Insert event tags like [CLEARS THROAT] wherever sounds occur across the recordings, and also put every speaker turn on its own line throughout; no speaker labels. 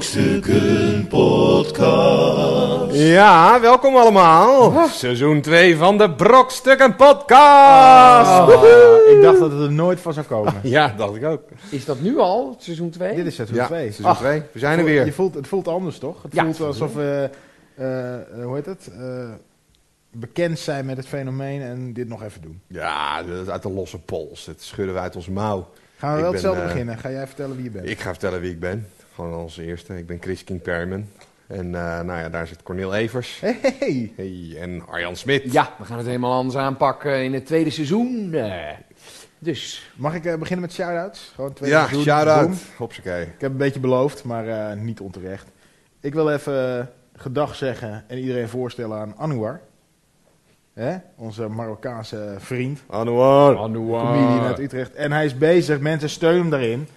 Brokstukken Podcast.
Ja, welkom allemaal. Seizoen 2 van de Brokstukken Podcast.
Ah, ik dacht dat het er nooit van zou komen.
Ja, dacht ik ook.
Is dat nu al, seizoen 2?
Dit is seizoen
Ja, Ah.
2.
seizoen 2. We zijn er
Je
weer.
voelt, het voelt anders, toch? Het
Ja.
voelt alsof we, eh, eh, hoe heet het, Eh, bekend zijn met het fenomeen en dit nog even doen.
Ja, dat is uit de losse pols. Dat schudden we uit ons mouw.
Gaan we
Ik ben,
wel hetzelfde
eh,
beginnen? Ga jij vertellen wie je bent?
Ik ga vertellen wie ik ben. Gewoon als eerste. Ik ben Chris King Perman. En eh, nou ja, daar zit Cornel Evers.
Hey!
Hey, en Arjan Smit.
Ja, we gaan het helemaal anders aanpakken in het tweede seizoen. eh. Dus,
Mag ik eh, beginnen met shout-outs? Gewoon twee
ja
seizoen, boom.
shout-out. Hopsakee.
Ik heb een beetje beloofd, maar eh, niet onterecht. Ik wil even eh, gedag zeggen en iedereen voorstellen aan Anouar. Hè? Onze Marokkaanse vriend.
Anouar.
Ah.
comedian uit Utrecht. En hij is bezig, mensen steun hem daarin.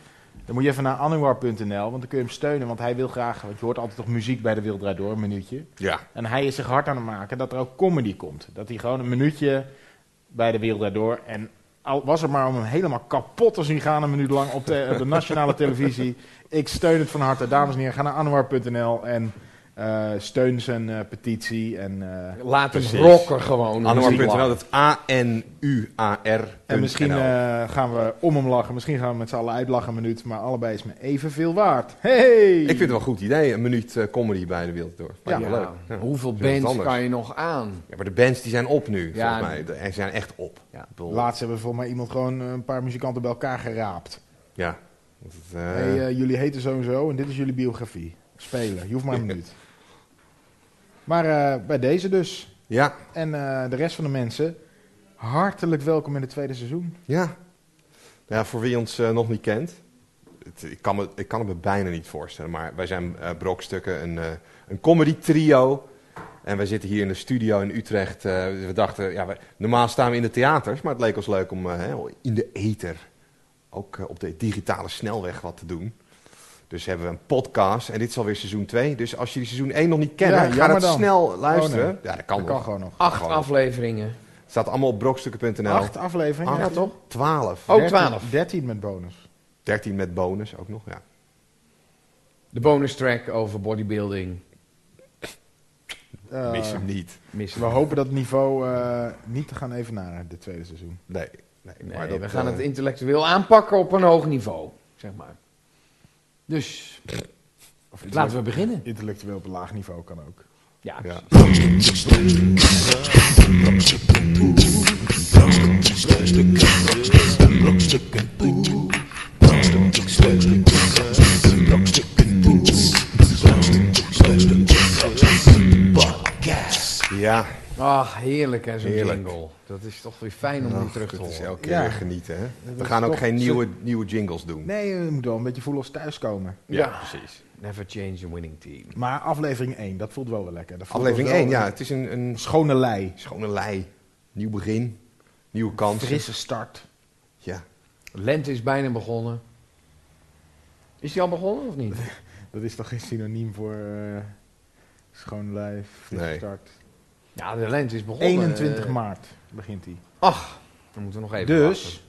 Dan moet je even naar anouar.nl, want dan kun je hem steunen. Want hij wil graag, want je hoort altijd toch muziek bij de Wild Draai Door, een minuutje.
Ja,
En hij is zich hard aan het maken dat er ook comedy komt. Dat hij gewoon een minuutje bij de Wild Draai Door. En al was het maar om hem helemaal kapot te zien gaan een minuut lang op de, op de nationale televisie. Ik steun het van harte. Dames en heren, ga naar anouar.nl en eh, steun zijn eh, petitie. En, eh,
laat het
Precies.
rocken gewoon.
anouar.nl. Dat is A-N-U-A-R.
En misschien eh, gaan we om hem lachen, misschien gaan we met z'n allen uitlachen een minuut, maar allebei is me evenveel waard. Hey!
Ik vind het wel een goed idee, een minuut eh, comedy bij de Wereld Door.
Ja,
Lijkt me leuk. Ja.
Hoeveel
Is wat
bands
anders.
kan je nog aan?
Ja, maar de bands die zijn op nu,
Ja,
volgens mij. De- Ze zijn echt op.
Ja.
Ik bedoel,
Laatst hebben we voor mij iemand gewoon eh, een paar muzikanten bij elkaar geraapt.
Ja. Want het, eh,
hey, eh, jullie heten zo en zo en dit is jullie biografie. Spelen, je
[LAUGHS]
hoeft maar een minuut. Maar eh, bij deze dus.
ja,
En eh, de rest van de mensen, hartelijk welkom in het tweede seizoen.
ja. Nou Ja, voor wie ons eh, nog niet kent. Het, ik, kan me, ik kan het me bijna niet voorstellen, maar wij zijn eh, Brokstukken, een, eh, een comedy trio. En wij zitten hier in de studio in Utrecht. eh, we dachten, ja, wij- normaal staan we in de theaters, maar het leek ons leuk om eh, hè, in de ether, ook eh, op de digitale snelweg wat te doen. Dus hebben we een podcast en dit is alweer seizoen 2. Dus als jullie seizoen 1 nog niet kennen,
Ja,
ga
jammer
dat
dan.
snel luisteren.
Oh, nee.
Ja, dat kan
dat
nog.
kan gewoon nog.
Acht
Gewoon.
afleveringen.
Het staat allemaal op brokstukken.nl.
Acht afleveringen,
Acht.
ja toch?
12.
Oh,
13,
12.
13 met bonus.
13 met bonus ook nog, ja.
De bonus track over bodybuilding. Ah.
Eh,
Mis hem niet.
Missen
we hopen dat niveau eh, niet te gaan evenaren dit tweede seizoen.
Nee. nee,
Nee,
maar dat,
we gaan
eh,
het intellectueel aanpakken op een hoog niveau, zeg maar. Dus,
Of
laten we beginnen.
Intellectueel op een laag niveau kan ook.
Ja, [LAUGHS]
Ja. Ja,
Ach, Ah, heerlijk hè, zo'n
Heerlijk.
jingle. Dat is toch weer fijn om die
Ach,
terug te
dat is
horen.
elke keer
Ja.
weer genieten. Hè? We
is
gaan ook
toch-
geen nieuwe, nieuwe jingles doen.
Nee, je moet wel een beetje voelen als thuiskomen.
precies.
Never change a winning team.
Maar aflevering 1, dat voelt wel weer lekker. Dat voelt
Aflevering
wel
1, ja.
een
Het is een, een
Schone lei.
schone lei. Nieuw begin. Nieuwe kansen.
Frisse start.
Ja.
Lente is bijna begonnen. Is die al begonnen of niet?
[LAUGHS]
Dat is toch geen synoniem voor eh, schone lei, frisse
Nee.
start.
Ja, de lente is begonnen.
21
Eh,
maart begint hij.
Ach, dan moeten we nog even
Dus,
wachten.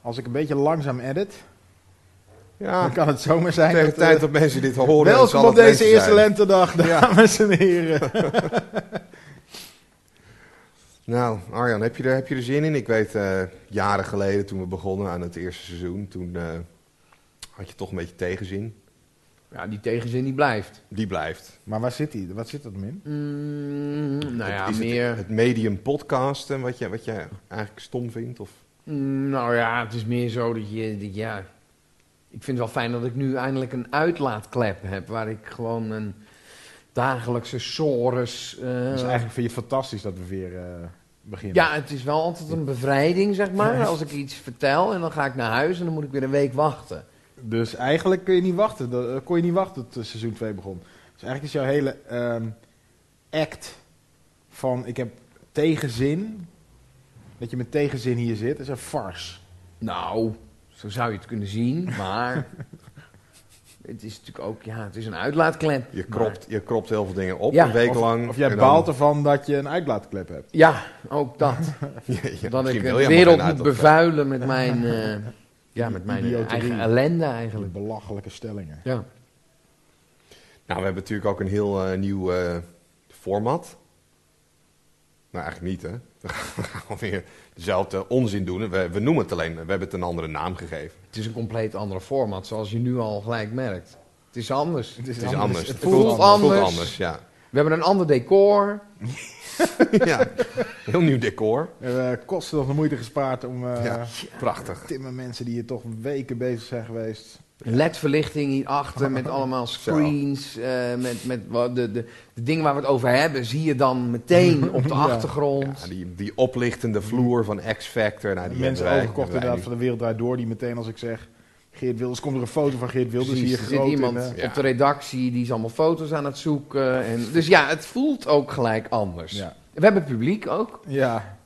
als ik een beetje langzaam edit, dan
ja.
kan het zomaar zijn
Ah. Tegen de
dat... eh,
tijd dat mensen dit horen. zal
welkom op
het
deze
mensen
eerste
zijn.
lentedag, dames en heren. [LAUGHS]
Nou, Arjan, heb je, er, heb je er zin in? Ik weet, eh, jaren geleden toen we begonnen aan het eerste seizoen, toen eh, had je toch een beetje tegenzin.
Ja, die tegenzin die blijft.
Die blijft.
Maar waar zit hij? Wat zit dat min?
Mm, nou
Het-
ja,
is het-
meer...
Het, medium podcasten, wat je, wat je eigenlijk stom vindt? Of,
Mm, Nou ja, het is meer zo dat je... dat- ja, ik vind het wel fijn dat ik nu eindelijk een uitlaatklep heb... waar ik gewoon een dagelijkse sores... eh,
Dus eigenlijk vind je het fantastisch dat we weer eh, beginnen.
ja, het is wel altijd een bevrijding, zeg maar. Als ik iets vertel en dan ga ik naar huis... en dan moet ik weer een week wachten.
Dus eigenlijk kun je niet wachten. Dat, eh, kon je niet wachten tot eh, seizoen 2 begon. Dus eigenlijk is jouw hele ehm, act van ik heb tegenzin. Dat je met tegenzin hier zit, is een farce.
Nou, zo zou je het kunnen zien, maar [LAUGHS] het is natuurlijk ook, ja, het is een uitlaatklep.
je,
maar-
kropt, je kropt heel veel dingen op
Ja,
een week
of,
lang.
Of jij
en dan-
baalt ervan dat je een uitlaatklep hebt.
Ja, ook [LAUGHS] dat.
[LAUGHS] Ja, ja, misschien
dat ik
wil
de
jij maar
wereld
geen
moet
uitlaat.
bevuilen met [LAUGHS] mijn, eh, ja, met mijn
Idioterie.
eigen ellende
Die
eigenlijk.
belachelijke stellingen.
Ja.
Nou, we hebben natuurlijk ook een heel eh, nieuw eh, format. Nou, eigenlijk niet, hè? [LAUGHS] We gaan alweer dezelfde onzin doen. We, we noemen het alleen, we hebben het een andere naam gegeven.
Het is een compleet andere format, zoals je nu al gelijk merkt. Het is anders.
Het is anders.
Het voelt
voelt
anders.
anders, ja.
We hebben een ander decor.
ja. [LAUGHS] Heel nieuw decor.
We hebben eh, kosten nog de moeite gespaard om eh
Ja. Prachtig.
timmermensen die hier toch weken bezig zijn geweest.
LED-verlichting hierachter met [LAUGHS] allemaal screens. eh, met met wa- de, de, de dingen waar we het over hebben, zie je dan [LAUGHS] meteen op
Ja.
de achtergrond.
Ja, die, die oplichtende vloer van X-Factor. Nou, die
mensen
hebben wij- hebben
overkocht
wij
inderdaad van de wereld draait door die meteen als ik zeg Geert Wilders komt er een foto van Geert Wilders
Precies,
hier
er zit
groot
iemand
in, eh.
Ja.
op de redactie, die is allemaal foto's aan het zoeken. En, dus ja, het voelt ook gelijk anders.
Ja.
We hebben publiek ook.
ja.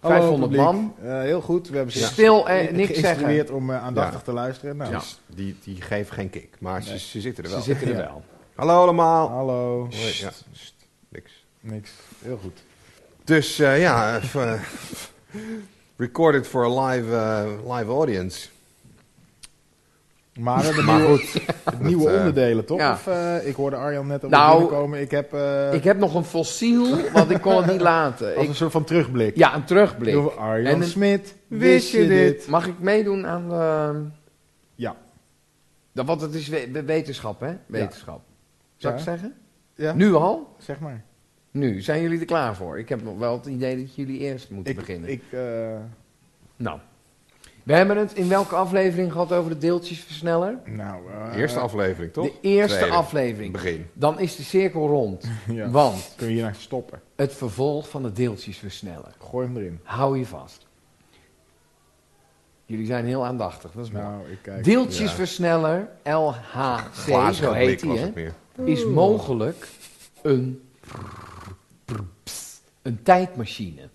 500
publiek.
man.
Eh, heel goed. We hebben ze
Stil en
ge-
niks
geïnstrueerd om eh, aandachtig
Ja.
te luisteren. Nou,
niet. Dus die, die geeft geen kick, maar ze,
Nee.
ze zitten er
Ze
wel.
zitten er
Ja.
wel.
Hallo allemaal.
hallo.
Hoi, ja.
Sst,
Sst, Niks.
Niks. Heel goed.
Dus eh, ja, [LAUGHS] eh, eh, recorded for a live, eh, live audience.
Maar we
[LAUGHS]
hebben
Maar
nieuwe, [LAUGHS]
goed,
nieuwe
eh,
onderdelen, toch?
ja.
Of, eh, ik hoorde Arjan net al
Nou,
binnenkomen. Ik heb eh,
Ik heb nog een fossiel, want ik kon het niet laten.
als
Ik,
een soort van terugblik.
ja, een terugblik.
Doen we Arjan
En een-
Smit, wist je dit?
Mag ik meedoen aan de...
Ja.
Dat, want het is we- we- wetenschap, hè? Wetenschap. Zou
Ja.
ik zeggen?
Ja,
Nu al?
zeg maar.
Nu. Zijn jullie er klaar voor? Ik heb nog wel het idee dat jullie eerst moeten
Ik,
beginnen.
ik, eh,
Nou. We hebben het in welke aflevering gehad over de deeltjesversneller?
nou, eh,
eerste aflevering, toch?
De eerste
Tweede.
aflevering.
Begin.
Dan is de cirkel
[LAUGHS]
rond.
ja.
Want
Kun je hierna stoppen?
het vervolg van de deeltjesversneller.
Gooi hem erin.
Hou je vast. Jullie zijn heel aandachtig, dat is mooi.
Nou, ik kijk.
Deeltjesversneller, LHC,
Glazen
zo heet
blik
hij,
was
hè,
het meer.
is mogelijk een, een tijdmachine.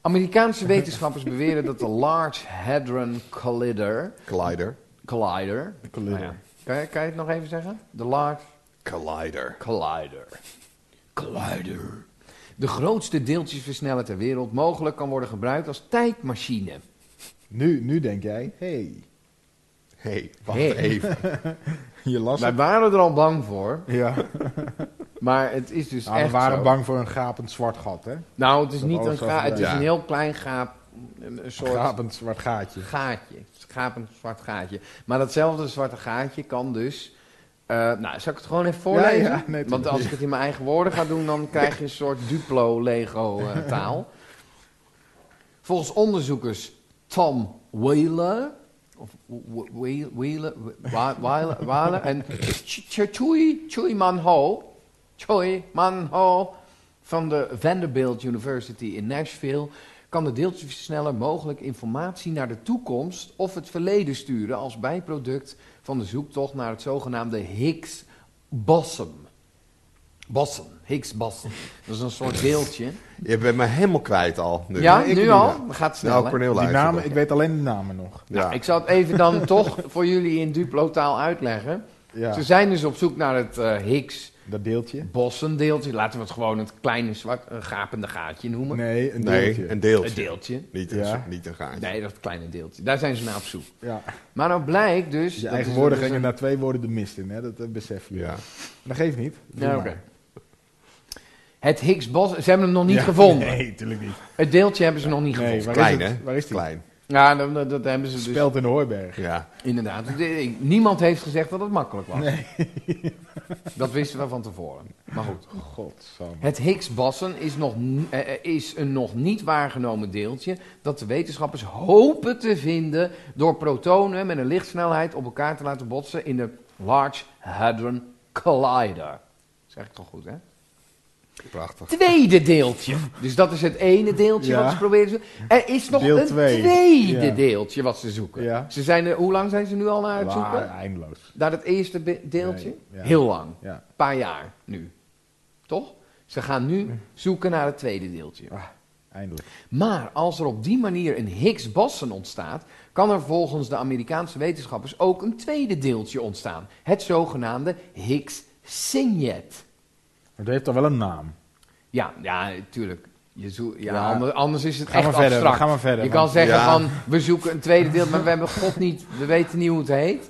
Amerikaanse wetenschappers beweren dat de Large Hadron Collider...
Collider.
Collider.
Collider.
Nou ja. kan, je, kan je het nog even zeggen? De Large
Collider.
Collider. Collider. De grootste deeltjesversneller ter wereld mogelijk kan worden gebruikt als tijdmachine.
Nu, nu denk jij, hey,
Hé, hey, wacht
Hey.
even.
je las
Wij
het.
waren er al bang voor,
Ja,
[LAUGHS] maar het is dus
Nou,
echt
we waren
zo.
bang voor een gapend zwart gat, hè?
Nou, het is
Dat
niet
alles
een
zou
ga- het is
gebeuren.
een heel klein gaap, een een soort
Een gapend zwart gaatje.
gaatje. Schapend zwart gaatje. Maar datzelfde zwarte gaatje kan dus. eh, nou, zal ik het gewoon even voorlezen?
ja, nee,
Want
tuurlijk.
als ik het in mijn eigen woorden ga doen, dan krijg je een soort
[LAUGHS]
Duplo-Lego-taal. Volgens onderzoekers Tom Wheeler. Of Wh- Whe- Wheeler, Wh- Wheeler, Wheeler en Ch- Ch- Chui, Chui Man Ho, Chui Man Ho van de Vanderbilt University in Nashville kan de deeltjesversneller mogelijk informatie naar de toekomst of het verleden sturen als bijproduct van de zoektocht naar het zogenaamde Higgs-boson. Boson, Higgs-boson. Dat is een soort
[LAUGHS]
deeltje.
Je bent me helemaal kwijt al. Dus- Nu.
ja,
ik
nu
niet,
al?
ja.
Dat gaat snel.
Nou,
hè?
Cornel
Die
luistert
namen,
op.
ik weet alleen de namen nog.
Ja.
nou, Ik zal het even
[LAUGHS]
dan toch voor jullie in Duplo-taal uitleggen. Ze
Ja,
zijn dus op zoek naar het eh, Higgs
dat deeltje.
bossendeeltje. Laten we het gewoon het kleine zwart, een gapende gaatje noemen.
Nee, een deeltje.
Nee, een deeltje.
Een deeltje.
Niet, een,
Ja.
niet een gaatje.
Nee, dat kleine deeltje. Daar zijn ze naar op zoek.
Ja.
Maar nou blijkt dus...
Je
dat
eigen
is-
woorden
dat is
gingen
een-
na twee woorden de mist in, hè? Dat eh, besef je.
Ja.
Dat geeft niet. Doe
Ja,
maar.
oké. Het Higgs boson... Ze hebben hem nog niet
Ja,
gevonden.
Nee, tuurlijk niet.
Het deeltje hebben ze nog niet
Nee,
gevonden.
waar
Klein,
is het?
hè?
Waar is die?
Klein.
Ja, dat, dat- dat hebben ze dus...
Speld in de Hooiberg.
Ja.
Inderdaad. De- Niemand heeft gezegd dat het makkelijk was. Dat wisten we van tevoren. Maar goed.
Godsamme.
Het Higgs-boson is, nog n- eh, eh, is een nog niet waargenomen deeltje dat de wetenschappers hopen te vinden door protonen met een lichtsnelheid op elkaar te laten botsen in de Large Hadron Collider. Zeg ik toch goed, hè?
Prachtig.
Tweede deeltje. Dus dat is het ene deeltje
Ja.
wat ze proberen te zoeken. Er is nog
Deel
een
twee.
tweede
Ja.
deeltje wat ze zoeken.
Ja.
Ze zijn er, hoe lang zijn ze nu al naar het
Waar,
zoeken?
Ah, eindeloos.
Naar het eerste be- deeltje?
Nee, ja.
Heel lang
Ja.
paar jaar nu. Toch? Ze gaan nu zoeken naar het tweede deeltje.
Ah, eindelijk.
Maar als er op die manier een Higgs-boson ontstaat, kan er volgens de Amerikaanse wetenschappers ook een tweede deeltje ontstaan. Het zogenaamde Higgs-signet.
Het heeft toch wel een naam.
Ja, ja, tuurlijk. Je zoe- ja,
Ja.
ander- Anders is het
Ga maar
echt
verder,
abstract.
ga maar verder,
je
want-
kan zeggen
Ja. [LAUGHS]
van, we zoeken een tweede deel, maar we hebben God niet, we weten niet hoe het heet.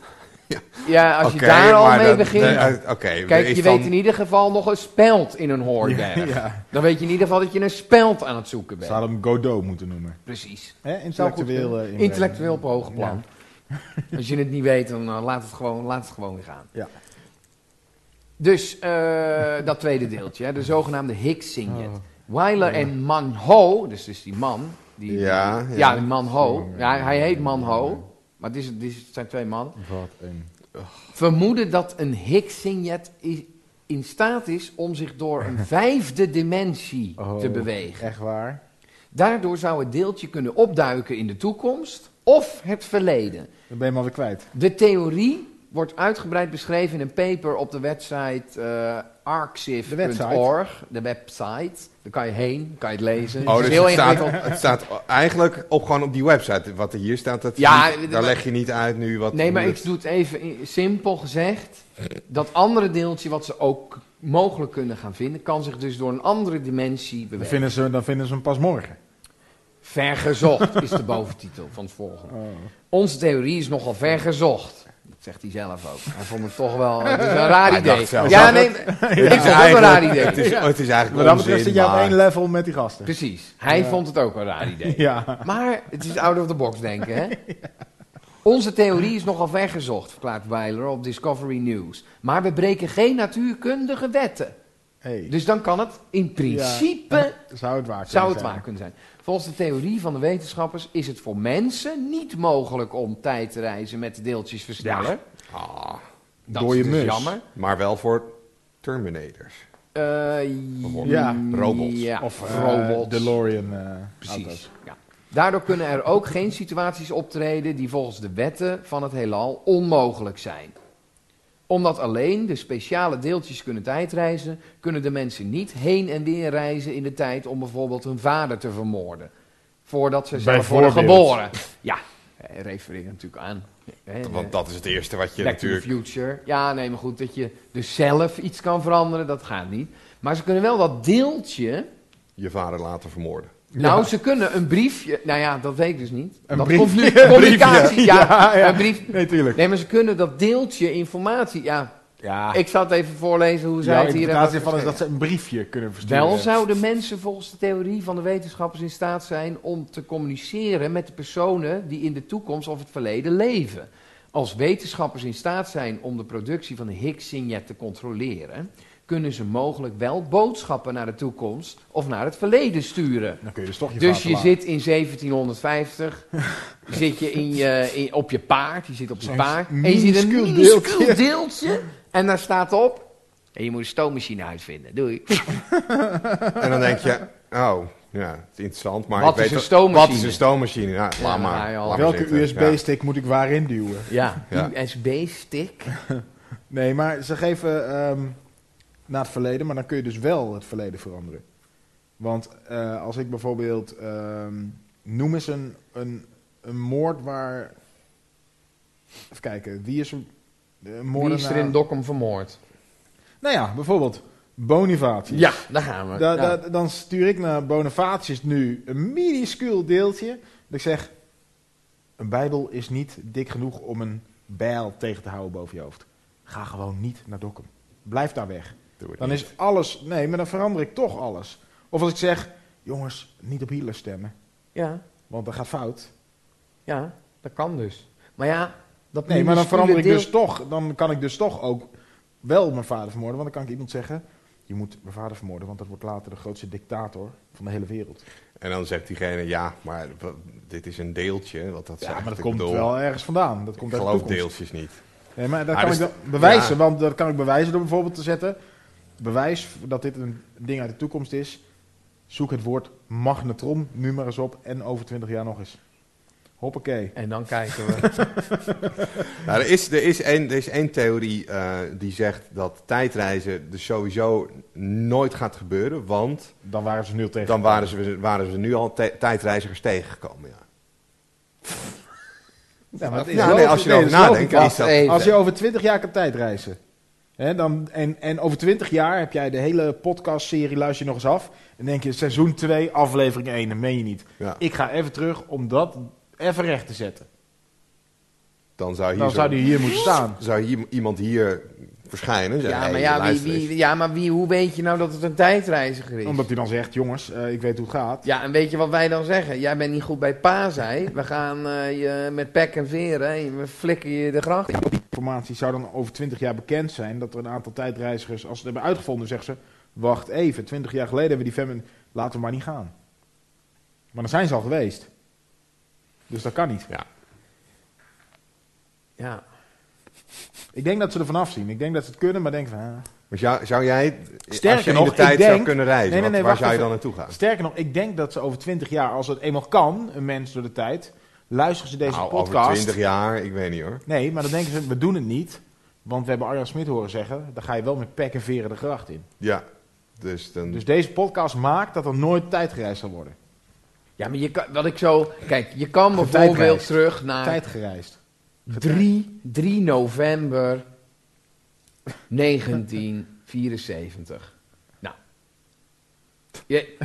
Ja, als je
Oké,
daar al
maar
mee
dat-
begint.
nee, uit- Oké,
Kijk,
is
je
dan-
weet in ieder geval nog een speld in een hoornberg.
Ja, ja.
Dan weet je in ieder geval dat je een speld aan het zoeken bent.
Ze hadden hem Godot moeten noemen.
Precies.
Hè?
Zou goed
Intellectueel.
kunnen.
eh, inbreng.
Intellectueel op hoge plan. [LAUGHS] Als je het niet weet, dan eh, laat, het gewoon, laat het gewoon weer gaan.
Ja.
Dus eh, dat tweede deeltje, hè, de zogenaamde Higgs singlet. Weiler en Manho, dus, dus die man. Die,
Ja,
die-
ja.
ja, Manho. Ja, hij heet Manho, maar het, is, het, is- het zijn twee mannen.
Wat een...
Vermoeden dat een Higgs singlet i- in staat is om zich door een vijfde dimensie
Oh.
te bewegen.
Echt waar.
Daardoor zou het deeltje kunnen opduiken in de toekomst of het verleden.
Dan ben je hem alweer kwijt.
De theorie wordt uitgebreid beschreven in een paper op de website eh arxiv.org. De website. Daar kan je heen, kan je het lezen.
Oh,
Het is
dus
heel
het staat,
ingewikkeld.
het staat eigenlijk op, gewoon op die website. Wat er hier staat, dat
Ja,
niet-
dit-
daar
maar-
leg je niet uit nu wat...
Nee, maar
hoe
ik doe het even i- simpel gezegd. Dat andere deeltje wat ze ook mogelijk kunnen gaan vinden, kan zich dus door een andere dimensie
Dan
bewegen.
vinden, ze, dan vinden ze hem pas morgen.
Vergezocht is de boventitel van het volgende.
Oh.
Onze theorie is nogal ver gezocht. Dat zegt hij zelf ook. Hij vond het toch wel het is een raar
Hij dacht
idee.
zelf
Ja,
ook. [LAUGHS]
nee,
[LAUGHS] Het
ik
is
vond het ook een raar
eigenlijk-
idee.
Het is, het is eigenlijk
Wat dat betreft
onzin,
zit jij op
maar-
één level met die gasten.
Precies. Hij
Ja.
vond het ook een raar idee.
[LAUGHS] Ja.
Maar het is out of the box denken,
[LAUGHS]
hè? Onze theorie is nogal ver gezocht, verklaart Weiler op Discovery News. Maar we breken geen natuurkundige wetten.
Hey.
Dus dan kan het in principe
Zou het waar kunnen
Dus Zou het
zijn.
waar kunnen zijn. Volgens de theorie van de wetenschappers is het voor mensen niet mogelijk om tijd te reizen met de deeltjesversneller.
Ah,
Dat
Door je
is dus
mus.
jammer.
maar wel voor Terminators.
Eh,
Ja.
Robots.
ja,
Of
robots.
eh, DeLorean eh
Precies.
auto's.
Ja. Daardoor kunnen er ook geen situaties optreden die volgens de wetten van het heelal onmogelijk zijn. Omdat alleen de speciale deeltjes kunnen tijdreizen, kunnen de mensen niet heen en weer reizen in de tijd om bijvoorbeeld hun vader te vermoorden. Voordat ze zelf worden
Bijvoorbeeld.
geboren. Ja, eh, refereer natuurlijk aan. hè,
Want dat is het eerste wat je
Back to the
natuurlijk...
future. Ja, nee, maar goed, dat je dus zelf iets kan veranderen, dat gaat niet. Maar ze kunnen wel dat deeltje.
Je vader laten vermoorden.
Nou, ze kunnen een briefje. Nou ja, dat weet ik dus niet.
Een
dat
briefje.
komt
[LAUGHS]
nu.
Een
Communicatie.
briefje.
Ja,
Ja, ja.
een brief.
Nee, tuurlijk.
Nee, maar ze kunnen dat deeltje informatie. Ja,
Ja.
ik zal het even voorlezen hoe zij
Jouw
het hier
interpretatie van
hebben.
is dat
geschreven.
ze een briefje kunnen versturen.
Wel zouden mensen volgens de theorie van de wetenschappers in staat zijn om te communiceren met de personen die in de toekomst of het verleden leven. Als wetenschappers in staat zijn om de productie van de Higgs-signet te controleren, kunnen ze mogelijk wel boodschappen naar de toekomst of naar het verleden sturen.
Dan kun je dus toch je
Dus
vader
je
laten.
zit in
[LAUGHS]
1750, zit je, in je in, op je paard, je zit op je
Zo'n
paard, en je ziet een
minuscuul
minuscuul
deeltje.
deeltje, en daar staat op, en je moet een stoommachine
[LAUGHS]
uitvinden, doei.
En dan denk je, oh, ja, het is interessant, maar
Wat
ik weet
is een
wel-
stoommachine?
Wat is een stoommachine? Nou,
Ja,
laat
dan ga
maar.
je al-
laat maar
Welke
zitten.
USB-stick moet ik waarin duwen?
Ja,
Ja.
USB-stick.
Nee, maar ze geven ehm, naar het verleden, maar dan kun je dus wel het verleden veranderen. Want eh, als ik bijvoorbeeld. ehm, noem eens een, een, een moord waar. Even kijken, wie is een. een
Wie
moordenaar?
is er in Dokkum vermoord?
Nou ja, bijvoorbeeld Bonifatius.
Ja, daar gaan we.
Da-
Ja.
da- dan stuur ik naar Bonifatius nu een minuscuul deeltje. Dat ik zeg: Een Bijbel is niet dik genoeg om een bijl tegen te houden boven je hoofd. Ga gewoon niet naar Dokkum. Blijf daar weg.
Doe het
Dan
niet.
is alles. Nee, maar dan verander ik toch alles. Of als ik zeg: Jongens, niet op Hitler stemmen,
ja,
want dat gaat fout.
ja, dat kan dus. Maar ja, dat
Nee, maar dan verander ik
minuscule
dus toch. Dan kan ik dus toch ook wel mijn vader vermoorden, want dan kan ik iemand zeggen. Je moet mijn vader vermoorden, want dat wordt later de grootste dictator van de hele wereld.
En dan zegt diegene, ja, maar w- dit is een deeltje. Wat dat
Ja,
zegt.
maar dat
Ik
komt
bedoel,
wel ergens vandaan. Dat komt
Ik
uit de
geloof
toekomst.
deeltjes niet.
Nee, maar dat
Ah,
kan
dus
ik dan bewijzen.
ja.
Want dat kan ik bewijzen door bijvoorbeeld te zetten. Bewijs dat dit een ding uit de toekomst is. Zoek het woord magnetron nu maar eens op. En over 20 jaar nog eens. Hoppakee.
En dan
[LAUGHS]
kijken we.
Nou, er, is, er, is één, er is één theorie eh, die zegt dat tijdreizen dus sowieso nooit gaat gebeuren. Want
Dan waren ze nul tegen.
dan waren ze, waren ze nu al te- tijdreizigers tegengekomen. Ja.
Ja, maar het is
Ja,
logisch.
nee, als je
Nee,
erover
dat is
nadenkt,
logisch.
is dat...
Wacht even.
Als je over 20 jaar kan tijdreizen. Hè, dan, en, en over 20 jaar heb jij de hele podcastserie luister je nog eens af. En denk je seizoen 2, aflevering 1. Dat meen je niet.
Ja.
Ik ga even terug om dat even recht te zetten.
dan zou hier,
Dan
zo-
zou die hier moeten staan.
zou hier iemand hier verschijnen. en zeggen,
Ja,
hey,
maar, ja, wie,
luister eens.
wie, ja, maar wie, hoe weet je nou dat het een tijdreiziger is?
Omdat hij dan zegt, jongens, eh, ik weet hoe het gaat.
Ja, en weet je wat wij dan zeggen? Jij bent niet goed bij paasei. We gaan eh, je met pek en veren, hè, we flikken je de gracht. in.
informatie zou dan over 20 jaar bekend zijn dat er een aantal tijdreizigers, als ze het hebben uitgevonden, zeggen ze: Wacht even, 20 jaar geleden hebben we die femmen, laten we maar niet gaan. Maar dan zijn ze al geweest. Dus dat kan niet.
Ja.
Ik denk dat ze er vanaf zien. Ik denk dat ze het kunnen, maar denken van. ah.
Maar zou, zou jij,
Sterker
als je in
nog,
de
ik
tijd zou
denk-
kunnen reizen,
Nee, nee,
wat-
nee,
waar
wacht
zou je
even.
dan naartoe gaan?
Sterker nog, ik denk dat ze over 20 jaar, als het eenmaal kan, een mens door de tijd, luisteren ze deze
Nou, over
podcast.
20 jaar, ik weet niet hoor.
Nee, maar dan denken ze: We doen het niet. Want we hebben Arjan Smit horen zeggen: dan ga je wel met pek en veren de gracht in.
Ja, dus dan...
Dus deze podcast maakt dat er nooit tijdgereisd zal worden.
ja, maar je kan, wat ik zo... Kijk, je kan
Getijdreisd.
bijvoorbeeld terug naar
Tijdgereisd.
3, 3 november 1974. Nou. Je,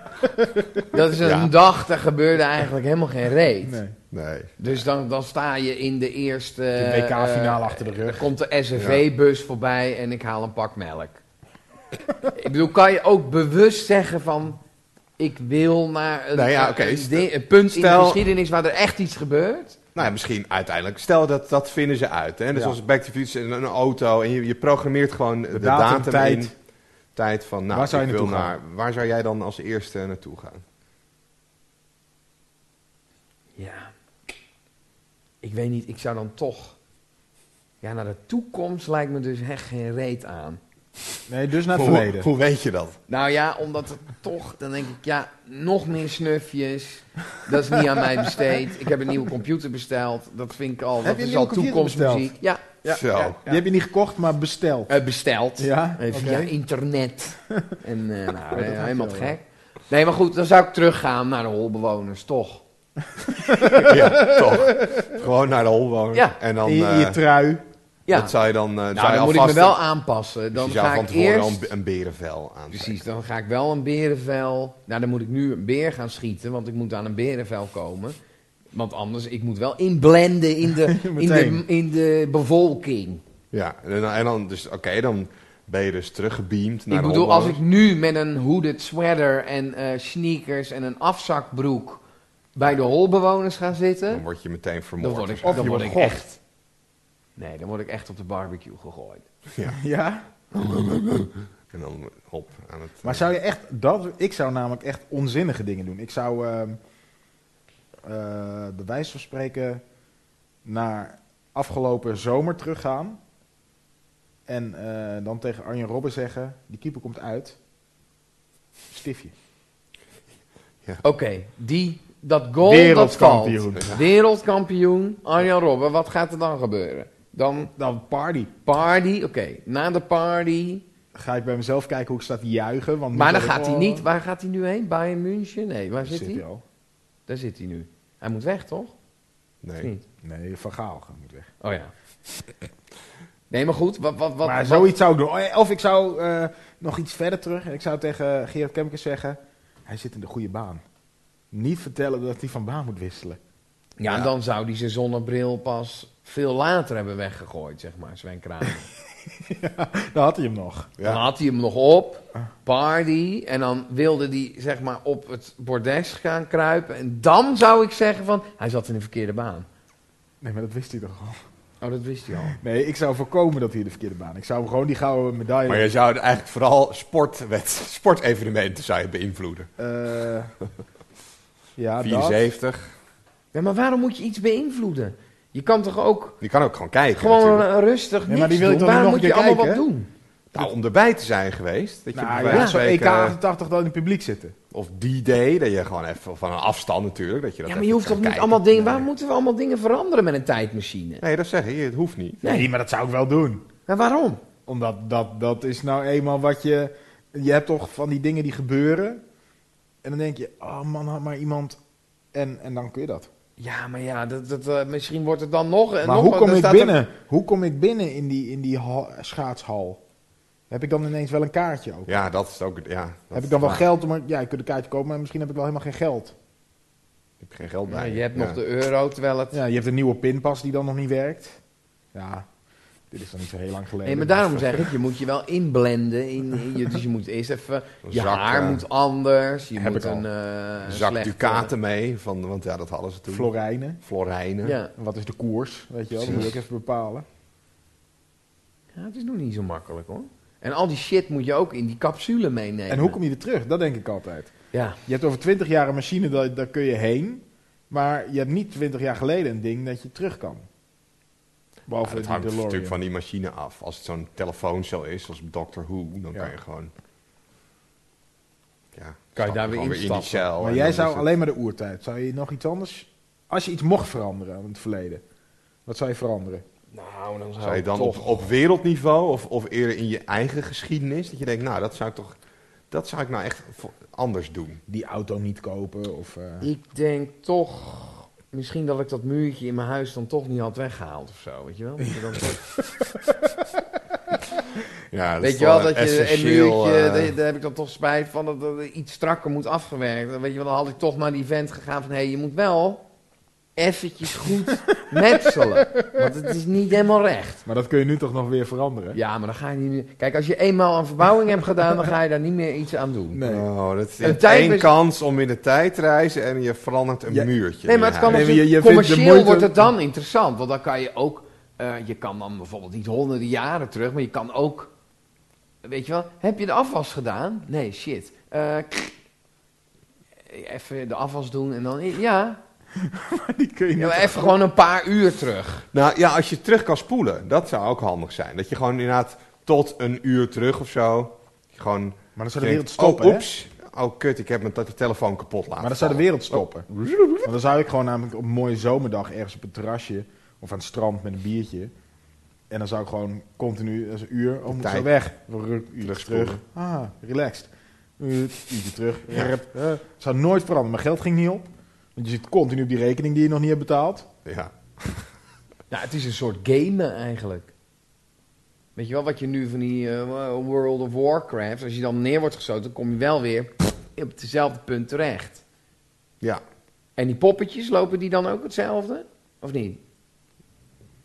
[LAUGHS] dat is een
Ja.
dag, daar gebeurde eigenlijk helemaal geen reet.
Nee.
Nee.
Dus dan, dan sta je in de eerste...
De WK-finale
eh,
achter de rug.
Dan komt de SRV-bus voorbij en ik haal een pak melk. ik bedoel, kan je ook bewust zeggen van... Ik wil naar een,
Nou ja,
een-
oké,
een
st-
ding- een punt in
stel-
de geschiedenis waar er echt iets gebeurt.
Nou ja, misschien uiteindelijk. Stel dat dat vinden ze uit. Hè? Dus
Ja.
als Back to the Future een, een auto en je, je programmeert gewoon de,
datum,
datum,
tijd.
in. Tijd van, nou,
Waar zou je
ik wil
naartoe
naar, Waar zou jij dan als eerste naartoe gaan?
Ja. Ik weet niet, ik zou dan toch... Ja, naar de toekomst lijkt me dus echt geen reet aan.
Nee, dus naar het
Hoe,
verleden.
hoe weet je dat? [LAUGHS]
Nou ja, omdat het toch, dan denk ik, ja, nog meer snufjes. Dat is niet aan mij besteed. Ik heb een nieuwe computer besteld. Dat vind ik al, dat
je een
is
nieuwe
al
computer
toekomstmuziek. Ja,
Zo.
Die heb je niet gekocht, maar besteld.
eh, besteld.
Ja?
Eh,
Oké.
Via internet. En eh, nou, eh,
had je
helemaal
wel.
gek. Nee, maar goed, dan zou ik teruggaan naar de holbewoners, toch?
ja, toch. Gewoon naar de holwoner.
Ja.
En dan,
in je, in je
eh
trui.
Ja,
dat zou je dan... eh, zou
nou,
je
dan moet ik
alvast-
me wel aanpassen. Dan
dus je zou
ga
van
ik
tevoren
eerst...
al een, be- een berenvel aan.
Precies, dan ga ik wel een berenvel. Nou, dan moet ik nu een beer gaan schieten, want ik moet aan een berenvel komen. Want anders, ik moet wel inblenden in de, in de,
Meteen.
in de bevolking.
Ja, en dan, en dan dus, oké, dan ben je dus teruggebeamd naar
ik
de
bedoel, als ik
holwoners.
nu met een hooded sweater en eh, sneakers en een afzakbroek bij de holbewoners ga
Dan
zitten,
word je meteen vermoord.
dan word ik,
Of
dan
je
word
wordt
ik
gokt.
echt... Nee, dan word ik echt op de barbecue gegooid.
Ja?
En dan hop aan het...
Maar zou je echt dat... Ik zou namelijk echt onzinnige dingen doen. Ik zou ehm eh, bij wijze van spreken naar afgelopen zomer teruggaan. En eh, dan tegen Arjen Robben zeggen, die keeper komt uit. Stiftje.
Oké, die, dat goal dat valt.
Wereldkampioen.
Wereldkampioen Arjan Robben, wat gaat er dan gebeuren? Dan
Dan party.
Party, oké. Na de party.
Ga ik bij mezelf kijken hoe ik sta te juichen. Want nu
Maar dan
zeg ik,
gaat hij
oh,
niet. Waar gaat hij nu heen? Bayern München? Nee, waar
daar
zit hij?
al.
Daar zit hij nu. Hij moet weg, toch? Of
Nee.
niet?
Nee, Van Gaal gaat moet weg.
Oh ja. Nee, maar goed. Wat, wat, wat,
maar
wat-
zoiets zou ik doen. Oh, Of ik zou eh, nog iets verder terug. Ik zou tegen Gerard Kemkes zeggen: hij zit in de goede baan. Niet vertellen dat hij van baan moet wisselen. [LAUGHS]
Ja, en
Ja.
dan zou hij zijn zonnebril pas veel later hebben weggegooid, zeg maar, Sven Kramer.
Dan had hij hem nog.
Ja.
Dan had hij hem nog op. Party. En dan wilde hij, zeg maar, op het bordes gaan kruipen. En dan zou ik zeggen van, hij zat in de verkeerde baan.
Nee, maar dat wist hij toch al.
Oh, dat wist hij al.
Nee, ik zou voorkomen dat hij de verkeerde baan. Ik zou hem gewoon die gouden medaille.
Maar je zou het eigenlijk vooral sportwet, sportevenementen zou je beïnvloeden.
Eh, ja, dat.
74.
Ja, maar waarom moet je iets beïnvloeden? Je kan toch ook
Die kan ook gewoon kijken.
gewoon
natuurlijk.
eh, rustig
Nee,
niks
maar die wil ik
doen?
toch niet
waarom
nog
moet
een keer
je allemaal wat
kijken,
doen?
Nou, om erbij te zijn geweest. Dat je bij
Nou,
wijze
ja,
van
zo'n
spreken,
E
EK88 dan in het publiek zitten.
Of die day, dat je gewoon even van een afstand natuurlijk. Dat je dat
Ja, maar
even
je hoeft
kan
toch niet
kijken.
allemaal dingen...
Nee.
Waarom moeten we allemaal dingen veranderen met een tijdmachine?
Nee, dat zeg je. Het hoeft niet.
Nee.
maar dat zou ik wel doen.
Maar waarom?
Omdat dat, dat is nou eenmaal wat je. Je hebt toch van die dingen die gebeuren. En dan denk je, oh man, had maar iemand. En, en dan kun je dat.
Ja, maar ja, dat, dat, eh, misschien wordt het dan nog... en
maar
nog
hoe
wat-
kom
dan
ik
staat er-
binnen? Hoe kom ik binnen in die, in die ha- schaatshal? Heb ik dan ineens wel een kaartje ook?
Ja, dat is ook... Ja, dat
heb ik
is
dan wel
waar.
geld om. er- Ja, ik kan een kaartje kopen, maar misschien heb ik wel helemaal geen geld. heb je geen geld
Ja,
bij.
je hebt
Ja.
nog de euro, terwijl het...
Ja, je hebt een nieuwe pinpas die dan nog niet werkt. Ja, dit is dan niet zo heel lang geleden.
Nee, maar daarom zeg ik, je moet je wel inblenden. In, in je, dus je moet eerst even...
Een
Je
zak,
haar
eh,
moet anders. Je
heb
moet
ik al.
een eh,
een zak
slechte-
ducaten mee, van, want ja, dat hadden ze toen.
Florijnen.
Florijnen.
Ja.
En Wat is de koers? Weet je wel, dat moet je ook even bepalen.
Ja, het is nog niet zo makkelijk hoor. En al die shit moet je ook in die capsule meenemen.
En hoe kom je er terug? Dat denk ik altijd.
Ja,
Je hebt over 20 jaar een machine, daar, daar kun je heen. Maar je hebt niet 20 jaar geleden een ding dat je terug kan.
Ja,
Behalve
dat
het
hangt
DeLorean.
natuurlijk van die machine af. Als het zo'n telefooncel is, als Doctor Who, dan
Ja.
kan je gewoon... Ja,
daar
stap
weer
gewoon in die
instappen.
cel. en
Maar
dan
jij
Oh, is
zou
het-
alleen maar de oertijd. Zou je nog iets anders... Als je iets mocht veranderen aan het verleden. Wat zou je veranderen?
nou dan
Zou je dan op, op wereldniveau of, of eerder in je eigen geschiedenis... dat je denkt, nou, dat zou ik toch... Dat zou ik nou echt vo- anders doen.
Die auto niet kopen of... eh,
Ik denk toch... Misschien dat ik dat muurtje in mijn huis dan toch niet had weggehaald of zo, weet je wel? Dat je dan toch-
Ja, dat
weet
is
je
wel
wel,
een
dat je een
essentieel,
muurtje,
eh,
daar- daar heb ik dan toch spijt van, dat dat iets strakker moet afgewerkt. Dan Weet je wel, dan had ik toch naar die vent gegaan van, hé, je moet wel eventjes
[LAUGHS]
goed metselen. Want het is niet helemaal recht.
Maar dat kun je nu toch nog weer veranderen?
Ja, maar dan ga je niet meer... Kijk, als je eenmaal een verbouwing hebt gedaan, dan ga je daar niet meer iets aan doen.
Nee.
Oh, dat is
Een tijd
één
is-
kans om in de tijd te reizen en je verandert een
Ja.
muurtje.
Nee,
in
maar
je
het kan
huis.
Nee,
natuurlijk-
maar je- je vindt de
commercieel
moeite-
wordt het dan interessant. Want dan kan je ook... eh, je kan dan bijvoorbeeld niet honderden jaren terug, maar je kan ook... Weet je wel, heb je de afwas gedaan? Nee, shit. Eh, even de afwas doen en dan... Ja,
[LAUGHS] Die kun je niet
ja, maar even gewoon een paar uur terug.
Nou ja, als je terug kan spoelen, dat zou ook handig zijn. Dat je gewoon inderdaad tot een uur terug of zo. je Gewoon
Maar dan zou
denkt,
de wereld stoppen,
oh,
hè?
oeps. Oh, kut, ik heb mijn t- telefoon kapot laten
Maar dan zou de
vallen.
wereld stoppen. [LAUGHS] Want dan zou ik gewoon namelijk op een mooie zomerdag ergens op een terrasje of aan het strand met een biertje. En dan zou ik gewoon continu, als een uur, oh, moet
tijd
zo weg. Ruk, uurtje
terugspoelen.
terug. Ah, relaxed. Uurt, Uurtje terug. Rep, eh. Het zou nooit veranderen. Mijn geld ging niet op. Want je zit continu op die rekening die je nog niet hebt betaald.
Ja.
Nou, het is een soort gamen eigenlijk. Weet je wel, wat je nu van die eh, World of Warcraft... Als je dan neer wordt geschoten, dan kom je wel weer op hetzelfde punt terecht.
ja,
En die poppetjes, lopen die dan ook hetzelfde? Of niet?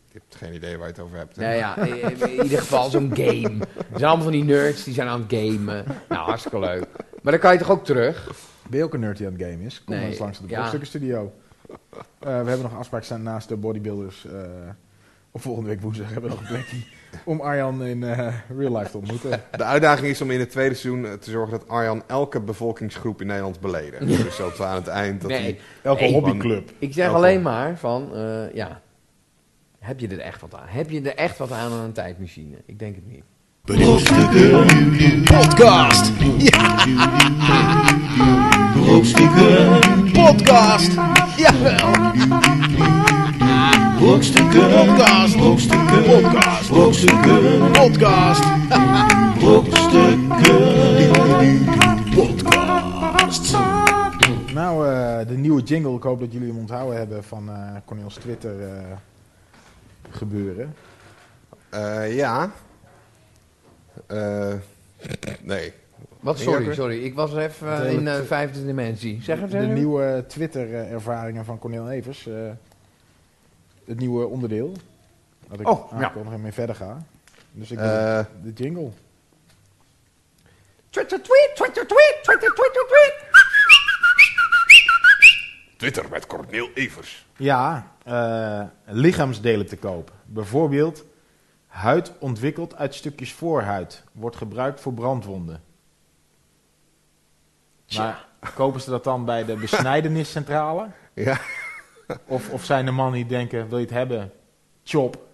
ik heb geen idee waar je het over hebt. hè?
Nou ja, i- i- in ieder geval zo'n game. Er zijn allemaal van die nerds die zijn aan het gamen. Nou, hartstikke leuk. Maar dan kan je toch ook terug?
Ben je ook een nerd die aan het game is? Kom
Nee,
eens langs de
ja.
Brokstukken Studio. Eh, we hebben nog een afspraak staan naast de bodybuilders. eh, op volgende week woensdag hebben we nog een [LAUGHS] plekje om Arjan in eh, real life te ontmoeten.
De uitdaging is om in het tweede seizoen eh, te zorgen dat Arjan elke bevolkingsgroep in Nederland beledigt. dus dat we aan het eind... Dat
Nee,
hij-
Elke
Nee,
hobbyclub.
ik zeg
Oké.
alleen maar van, eh, ja. Heb je er echt wat aan? Heb je er echt wat aan aan een tijdmachine? Ik denk het niet.
Brokstukken
Podcast. Ja.
Brokstukken
Podcast. Jawel.
Brokstukken
Podcast.
Brokstukken
Podcast.
Brokstukken
Podcast.
Brokstukken Podcast
Nou, eh, de nieuwe jingle. Ik hoop dat jullie hem onthouden hebben van eh Cornels Twitter eh, gebeuren.
Eh, ja. Eh, nee.
Wat, sorry, sorry. Ik was even eh, in eh
Natuurlijk.
vijfde dimensie. Zeg het
de
zeg het.
nieuwe Twitter eh, ervaringen van Cornel Evers. eh, het nieuwe onderdeel. Dat ik oh,
Oh, ja.
aankondig en mee verder ga. Dus ik doe
Eh.
de jingle.
Twitter tweet, Twitter tweet, Twitter Twitter tweet.
Twitter met Corneel Evers.
Ja, eh, lichaamsdelen te koop. Bijvoorbeeld huid ontwikkeld uit stukjes voorhuid. Wordt gebruikt voor brandwonden. Maar kopen ze dat dan bij de besnijdeniscentrale?
Ja.
Of, of zijn de mannen die denken, wil je het hebben? Chop.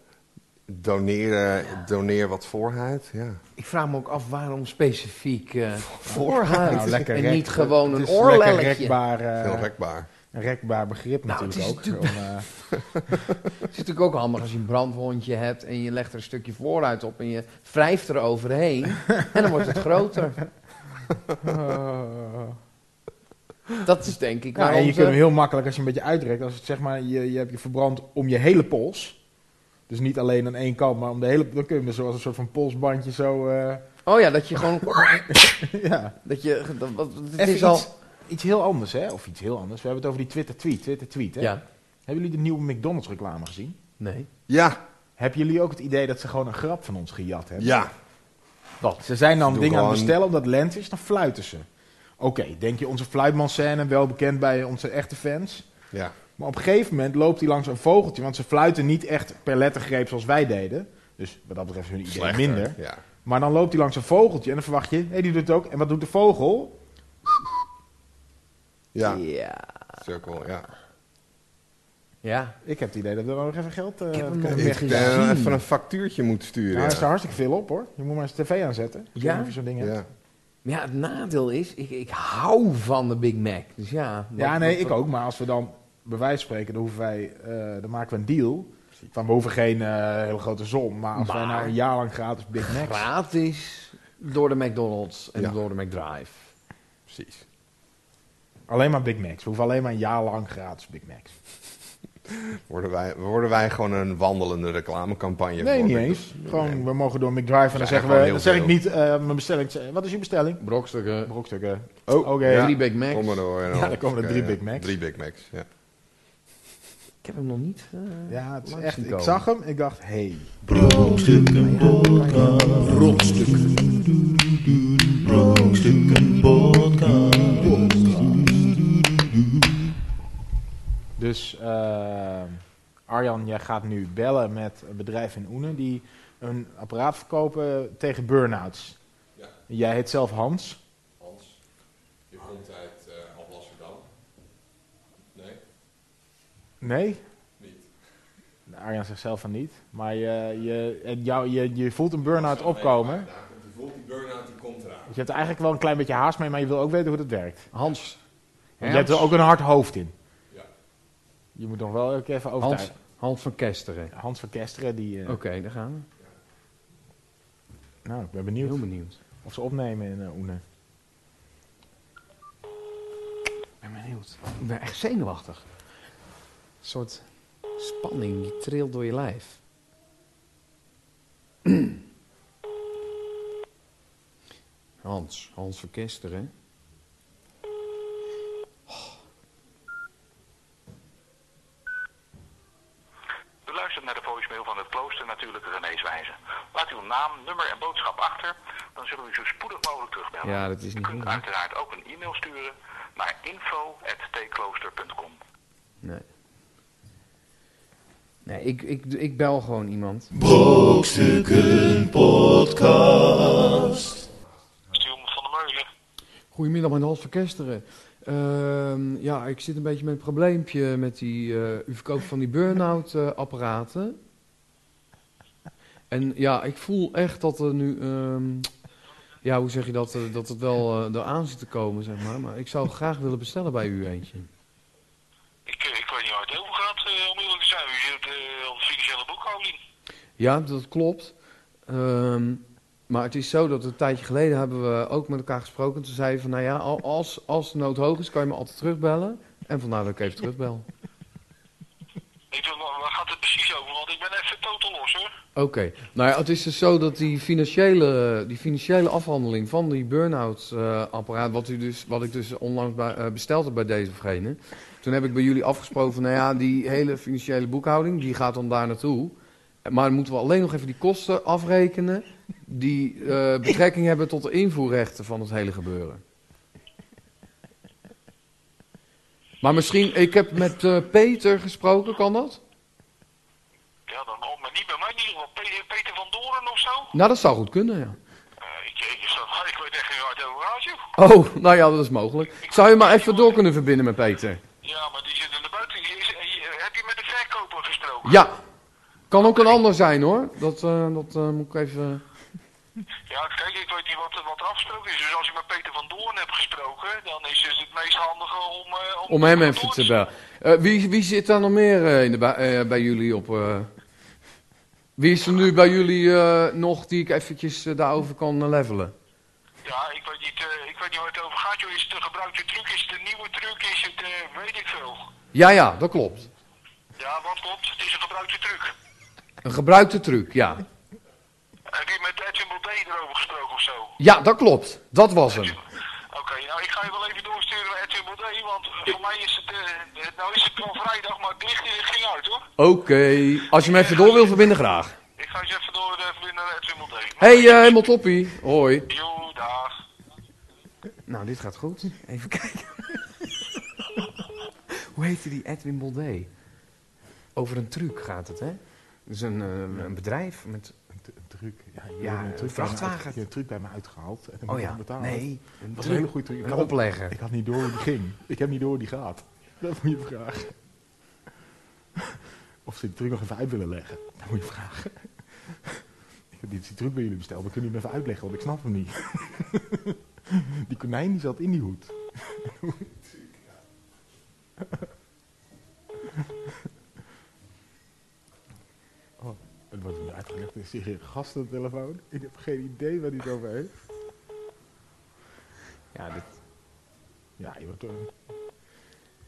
Doneren, doneer wat voorhuid, ja.
Ik vraag me ook af waarom specifiek eh
Nou,
voorhuid
lekker
en
rek-
niet gewoon
het
een
is lekker
oorlelletje.
rekbaar, eh,
Heel rekbaar.
een rekbaar begrip
Nou, het
natuurlijk ook.
is
om, eh,
Het is natuurlijk ook handig als je een brandwondje hebt en je legt er een stukje vooruit op en je wrijft er
[LAUGHS]
overheen en dan wordt het groter.
eh,
[LAUGHS]
[LAUGHS]
Dat is denk ik
Nou,
waarom
en je
ze-
kunt hem heel makkelijk, als je hem een beetje uitrekt, als het zeg maar, je, je hebt je verbrand om je hele pols. Dus niet alleen aan één kant, maar om de hele, dan kun je hem dus zoals een soort van polsbandje zo, eh, [LAUGHS]
Oh ja, dat je gewoon...
ja.
Dat je, dat, wat- het
Even
is al,
iets- iets heel anders, hè? Of iets heel anders. We hebben het over die Twitter-tweet. Twitter-tweet, hè?
Ja.
Hebben jullie de nieuwe McDonald's-reclame gezien?
Nee.
Ja,
Hebben jullie ook het idee dat ze gewoon een grap van ons gejat hebben?
ja.
Wat? Ze zijn dan
Doe
dingen aan het
gewoon-
bestellen omdat lente is, dan fluiten ze. Oké, denk je onze fluitmanscène wel bekend bij onze echte fans?
ja.
Maar op een gegeven moment loopt hij langs een vogeltje, want ze fluiten niet echt per lettergreep zoals wij deden. Dus wat dat betreft is hun idee
Slechter.
minder.
Ja.
Maar dan loopt hij langs een vogeltje en dan verwacht je, hé, die doet het ook. En wat doet de vogel?
Ja,
Ja.
cirkel, ja.
Ja.
Ik heb het idee dat we dan nog even geld eh
heb hem
kunnen
nog
Ik
niet
weg.
gezien.
denk dat we even een factuurtje moeten
Daar
sturen.
is er
Ja.
hartstikke veel op hoor. Je moet maar eens tv aanzetten.
Ja?
Ja, zo'n ding hebt.
Ja.
Maar ja, het nadeel is, ik, ik hou van de Big Mac. Dus ja. wat-
Ja, nee,
wat-
ik ook. Maar als we dan bij wijze van spreken, dan, hoeven wij, eh, dan maken we een deal. Van we hoeven geen eh, hele grote som. Maar als wij
Maar-
nou een jaar lang gratis Big Macs.
Gratis door de McDonald's en
Ja.
door de McDrive.
Precies.
Alleen maar Big Macs. We hoeven alleen maar een jaar lang gratis Big Macs.
Worden wij, worden wij gewoon een wandelende reclamecampagne?
Nee,
voor
niet
McDonald's?
eens. Gewoon, we mogen door McDrive. En dan,
Zijn
zeggen
gewoon
we,
heel
dan zeg ik
veel.
niet eh, mijn bestelling. Ik zeg, Wat is je bestelling?
Brokstukken,
Brokstukken.
Oh,
Oké.
ja.
drie Big Macs.
Kom maar door. en
Ja,
dan-
dan komen er
Oké,
drie
ja.
Big Macs.
Drie Big Macs, ja.
Ik heb hem nog niet. eh,
Ja, het is
langs
echt,
zien
ik
komen.
zag hem. Ik dacht, Hey.
Brokstukken podcast. Brokstukken. Brokstukken podcast.
Dus eh, Arjan, jij gaat nu bellen met een bedrijf in Oenen die een apparaat verkopen tegen burn-outs.
Ja.
Jij heet zelf Hans.
Hans, je komt uit uh, Nee,
Nee?
niet.
Nou, Arjan zegt zelf van niet. Maar je, je, en jou, je, je voelt een burn-out opkomen.
Je voelt die burn-out, die komt eraan.
Je hebt er eigenlijk wel een klein beetje haast mee, maar je wil ook weten hoe dat werkt.
Hans.
Want je hebt er ook een hard hoofd in.
Ja.
Je moet nog wel ook even
Hans,
overtuigen.
Hans van Kesteren.
Hans, van Kesteren, die... eh,
Oké, daar gaan we.
Nou, ik ben
Heel
benieuwd
benieuwd.
of ze opnemen in eh, Oenen.
Ik ben benieuwd. Ik ben echt zenuwachtig. Een soort spanning die trilt door je lijf. [CLEARS THROAT] Hans, Hans van Kesteren.
U luistert naar de voicemail van het klooster Natuurlijke Geneeswijze. Laat uw naam, nummer en boodschap achter, dan zullen we u zo spoedig mogelijk terugbellen.
Ja, dat is
u
niet
kunt
goed, hè?
uiteraard ook een e-mail sturen naar info.tklooster.com.
Nee. Nee, ik, ik, ik bel gewoon iemand.
Brokstukken podcast.
Stuurman van de Meulen.
Goedemiddag, mijn Hans van Kesteren. Ehm, ja, ik zit een beetje met een probleempje met die... eh, u verkoopt van die burn-out eh, apparaten. En ja, ik voel echt dat er nu... ehm, ja, hoe zeg je dat? eh, dat het wel eh eraan zit te komen, zeg maar. Maar ik zou graag willen bestellen bij u eentje.
Ik, eh, ik weet niet waar het over gaat, eh, om eerlijk te zijn. U zit eh, op de financiële boekhouding.
Ja, dat klopt. Ehm, maar het is zo dat een tijdje geleden hebben we ook met elkaar gesproken. Toen zei je van, nou ja, al- als, als de nood hoog is, kan je me altijd terugbellen. En vandaar dat ik even terugbel.
Ik wil, maar waar gaat het precies over? Want ik ben even totaal los hoor.
Oké, nou ja, het is dus zo dat die financiële, die financiële afhandeling van die burn-out eh, apparaat, wat, u dus, wat ik dus onlangs bij, eh, besteld heb bij deze vreemde, toen heb ik bij jullie afgesproken van, nou ja, die hele financiële boekhouding, die gaat dan daar naartoe. Maar dan moeten we alleen nog even die kosten afrekenen die eh, betrekking hebben tot de invoerrechten van het hele gebeuren. Maar misschien, ik heb met eh, Peter gesproken, kan dat?
Ja, dan om, maar niet bij mij in ieder geval. Pe- Peter van Doren of zo?
Nou, dat zou goed kunnen, ja.
Eh, ik, ik, ik, ik weet echt niet waar het over gaat, joh.
Oh, nou ja, dat is mogelijk. Zou je maar even door kunnen verbinden met Peter?
Ja, maar die zit in de buiten. Die is- eh, heb je met de verkoper gesproken?
Ja. Kan ook een ander zijn hoor. Dat, eh, dat eh, moet ik even.
Ja, kijk, ik weet niet wat, wat er afgesproken is. Dus als je met Peter van Doorn hebt gesproken, dan is het het meest handige om... eh,
Om hem even te bellen. Eh, wie, wie zit daar nog meer eh, in de bui- eh, bij jullie op? eh? Wie is er nu bij jullie eh, nog die ik eventjes eh, daarover kan eh, levelen?
Ja, ik weet, niet, eh, ik weet niet waar het over gaat, joh. Is het de gebruikte truc? Is het de nieuwe truc? Is het, eh, weet ik veel.
Ja, ja, dat klopt.
Ja, wat klopt? Het is een gebruikte truc.
Een gebruikte truc, ja.
Heb je met Edwin Boldé erover gesproken of zo?
Ja, dat klopt. Dat was hem.
Oké, nou, ik ga je wel even doorsturen naar Edwin voor mij is het, eh, nou is het wel vrijdag, maar het licht eh, ging uit hoor.
Oké, als je me even door wil verbinden, graag.
Ik ga eens even door de verbinden naar Edwin Moldé.
Hey, eh, helemaal toppie. Hoi.
Jo, dag.
Nou, dit gaat goed. Even kijken. Hoe heette die Edwin Boldé? Over een truc gaat het, hè? Dus een, eh, een bedrijf met...
Een, t- een truc. Ja, je
Ja,
hebt
een
truc bij me
vrachtwagen.
uit- je hebt een truc bij me uitgehaald. En dan
Oh
moet ik
ja,
hem betalen.
nee.
Dat was
truc.
een hele goede truc. Ik
Een
had,
oplegger.
ik had niet door hoe die ging. Ik heb niet door hoe die gaat. Dat moet je vragen. Of ze die truc nog even uit willen leggen. Dat moet je vragen. Ik heb die, die truc bij jullie besteld, maar kunnen jullie hem even uitleggen, want ik snap hem niet. Die konijn die zat in die hoed. Oh, het wordt nu uitgelegd. Is hier een gastentelefoon? Ik heb geen idee waar hij het over heeft.
Ja, dit...
Ja, je wordt, eh,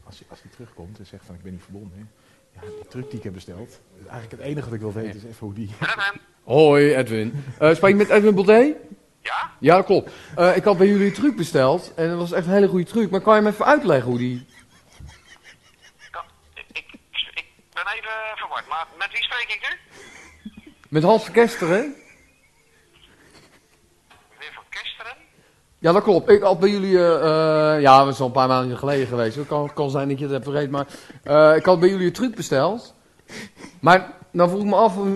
als, je, als hij terugkomt en zegt van ik ben niet verbonden. Hè. Ja, die truc die ik heb besteld. is Eigenlijk het enige wat ik wil weten is even hoe die... [LAUGHS]
Redden.
Hoi, Edwin. Eh spreek ik met Edwin Boldé?
Ja?
Ja, dat klopt. Eh, ik had bij jullie een truc besteld. En dat was echt een hele goede truc. Maar kan je me even uitleggen hoe die...
Kan- ik, ik, ik ben even eh, verward, maar met wie spreek ik nu?
Met Hans Verkester, hè?
Meneer Van Kesteren?
Ja, dat klopt. Ik had bij jullie, eh, eh, ja, we zijn al een paar maanden geleden geweest. Het kan, kan zijn dat je het hebt vergeten, maar eh, ik had bij jullie een truc besteld. Maar nou vroeg ik me af of,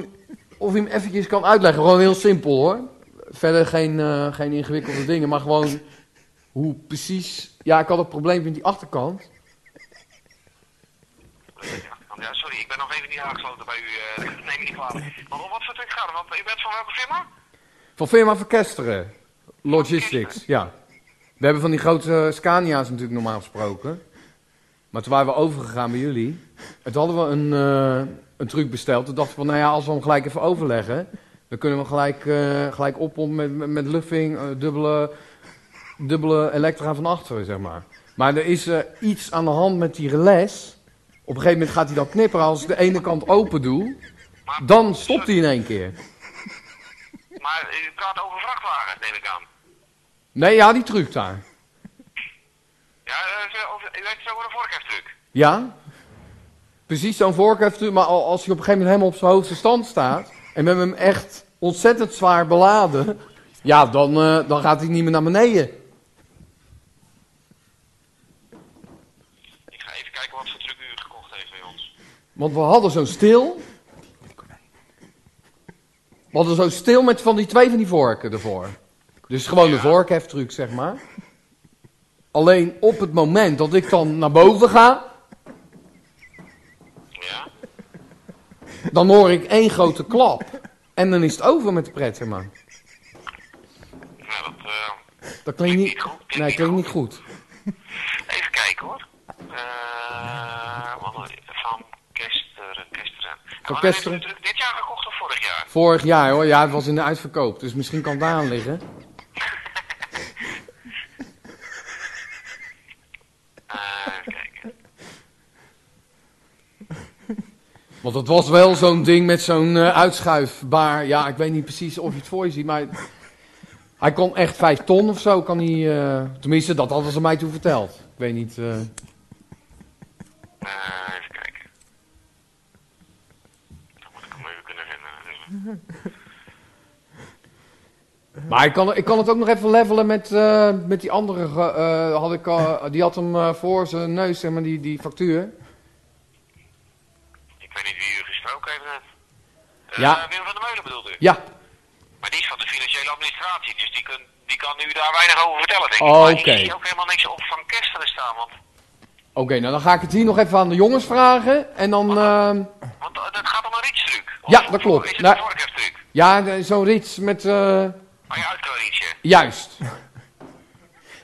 of je hem eventjes kan uitleggen. Gewoon heel simpel hoor. Verder geen, eh, geen ingewikkelde dingen, maar gewoon hoe precies... Ja, ik had een probleem met die achterkant.
Ja, ja, sorry, ik ben nog even niet aangesloten bij u. eh, [LAUGHS] neem me niet kwalijk. Maar om wat voor truc gaat het? Want u bent van welke firma?
Van firma Verkesteren. Logistics, ja. We hebben van die grote Scania's natuurlijk normaal gesproken. Maar toen waren we overgegaan bij jullie. En toen hadden we een, eh, een truc besteld. Toen dachten we van, nou ja, als we hem gelijk even overleggen... dan kunnen we gelijk, eh gelijk oppompen met, met, met luffing, eh, dubbele, dubbele elektra van achteren, zeg maar. Maar er is eh, iets aan de hand met die relais. Op een gegeven moment gaat hij dan knipperen als ik de ene kant open doe. Dan stopt hij in één keer.
Maar u praat over vrachtwagens, neem ik aan.
Nee, ja, die truc daar.
Ja, eh, ze- over- u heeft het over een voorkeurstruc.
Ja? Precies zo'n voorkeur, maar al- als hij op een gegeven moment helemaal op zijn hoogste stand staat. en we hebben hem echt ontzettend zwaar beladen. ja, dan, eh, dan gaat hij niet meer naar beneden.
Ik ga even kijken wat voor truc u gekocht heeft bij ons.
Want we hadden zo'n stil. We hadden zo'n stil met van die twee van die vorken ervoor. Dus gewoon de vorkheftruc, zeg maar. Alleen op het moment dat ik dan naar boven ga,
Ja?
dan hoor ik één grote klap. En dan is het over met de pret, zeg maar.
Nou, dat... eh,
Dat klinkt niet, nee, klinkt niet goed.
even kijken hoor. Eh, wat- van Kesteren, Kesteren. En
Kesteren.
wanneer heeft u de truc dit jaar gekocht of vorig jaar?
Vorig jaar hoor, ja, het was in de uitverkoop, dus misschien kan het daar aan liggen.
Eh, even kijken.
Want het was wel zo'n ding met zo'n eh, uitschuifbaar. Ja, ik weet niet precies of je het voor je ziet, maar. Hij kon echt vijf ton of zo, kan hij. eh, tenminste, dat hadden ze mij toen verteld. Ik weet niet. eh,
Eh, even kijken. Dan moet ik hem even kunnen vinden.
Maar ik kan, ik kan het ook nog even levelen met, eh, met die andere. ge- eh, had ik, al- die had hem eh, voor zijn neus, zeg maar, die, die factuur.
Ik weet niet wie u gesproken heeft. net. Eh,
Ja.
Wim van der Meulen bedoelt u?
Ja,
Maar die is van de financiële administratie, dus die, kun, die kan u daar weinig over vertellen, denk ik.
Oh,
Maar ik
oké.
zie ook helemaal niks op van Kesteren staan, want,
oké, nou dan ga ik het hier nog even aan de jongens vragen. En dan. eh,
want eh, dat gaat om een rietstruc.
Ja, dat klopt.
Is het
Nou-
een voorkeurstruc?
ja, eh, zo'n rits met. eh,
Oh, je uitkeurietje.
Juist.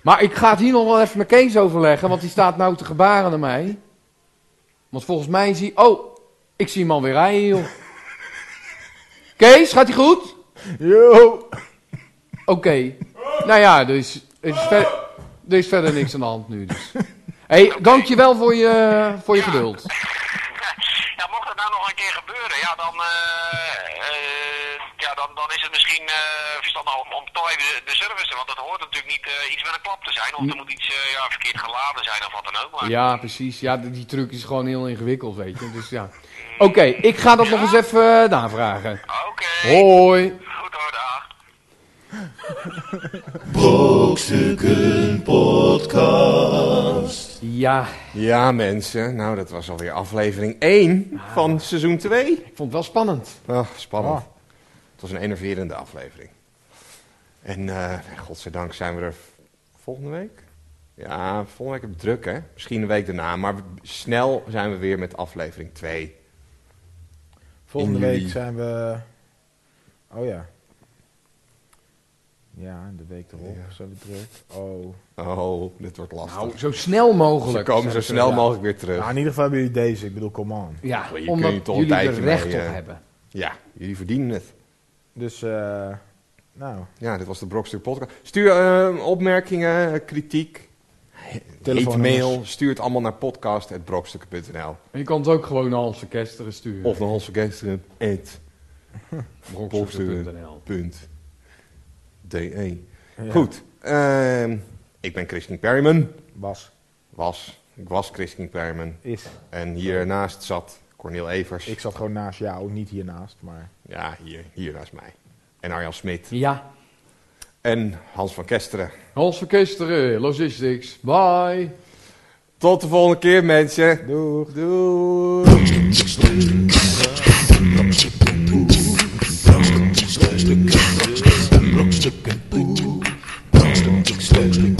Maar ik ga het hier nog wel even met Kees overleggen, want die staat nou te gebaren naar mij. Want volgens mij zie... Oh, ik zie hem alweer rijden, joh. Kees, gaat hij goed?
Yo!
Oké. Nou ja, er is, er, is ver- er is verder niks aan de hand nu. Dus. hey, dankjewel voor je, voor je geduld.
[LAUGHS] ja, mocht dat nou nog een keer gebeuren, ja, dan, eh, eh, ja, dan dan, dan is het misschien eh, verstandig om, om toch even de, de service, want dat hoort natuurlijk niet eh, iets met een klap te zijn, of er moet iets eh, ja, verkeerd geladen zijn of wat dan ook. Maar
Ja, precies. Ja, die die truc is gewoon heel ingewikkeld, weet je. Dus ja. Oké, ik ga dat nog eens even eh, navragen.
oké,
Hoi.
goed hoor, dag.
Brokstukken podcast.
Ja,
Ja, mensen. Nou, dat was alweer aflevering 1 van seizoen 2.
ik vond het wel spannend.
Ach, spannend.
Ah.
Het was een enerverende aflevering. En eh godzijdank zijn we er volgende week. Ja, volgende week heb ik druk, hè? Misschien een week daarna. Maar snel zijn we weer met aflevering 2.
Volgende
In juli.
week zijn we. Oh ja. Ja, de week erop
Ja.
zijn we druk. Oh.
Oh, dit wordt lastig.
Nou, zo snel
Ze
mogelijk.
komen zo
zijn we
snel
terug, ja.
mogelijk weer terug.
Nou, in ieder geval hebben jullie deze. Ik bedoel, come on.
Ja,
Hier kun je
omdat
toch een
jullie er
tijdje
recht
mee,
op
eh,
hebben.
Ja, jullie verdienen het.
Dus, eh nou.
Ja, dit was de Brokstuk Podcast. Stuur eh, opmerkingen, kritiek, heet
Telefoonnummers.
mail. Stuur het allemaal naar podcast.brokstukken.nl.
En je kan het ook gewoon naar Hans Verkesteren sturen.
Of naar onze geesteren. at
brokstukken.nl.
.de.
ja,
E. Goed, ehm, ik ben Christine Perryman.
Bas
Was, ik was Christine Perryman.
is.
En hiernaast zat Cornel Evers.
Ik zat gewoon naast jou, niet hiernaast, maar.
Ja, hier, hier naast mij. En Arjan Smit.
Ja.
En Hans van Kesteren.
Hans Verkesteren, logistics. Bye.
Tot de volgende keer, mensen.
Doeg.
Doei.
Brokstukken podcast.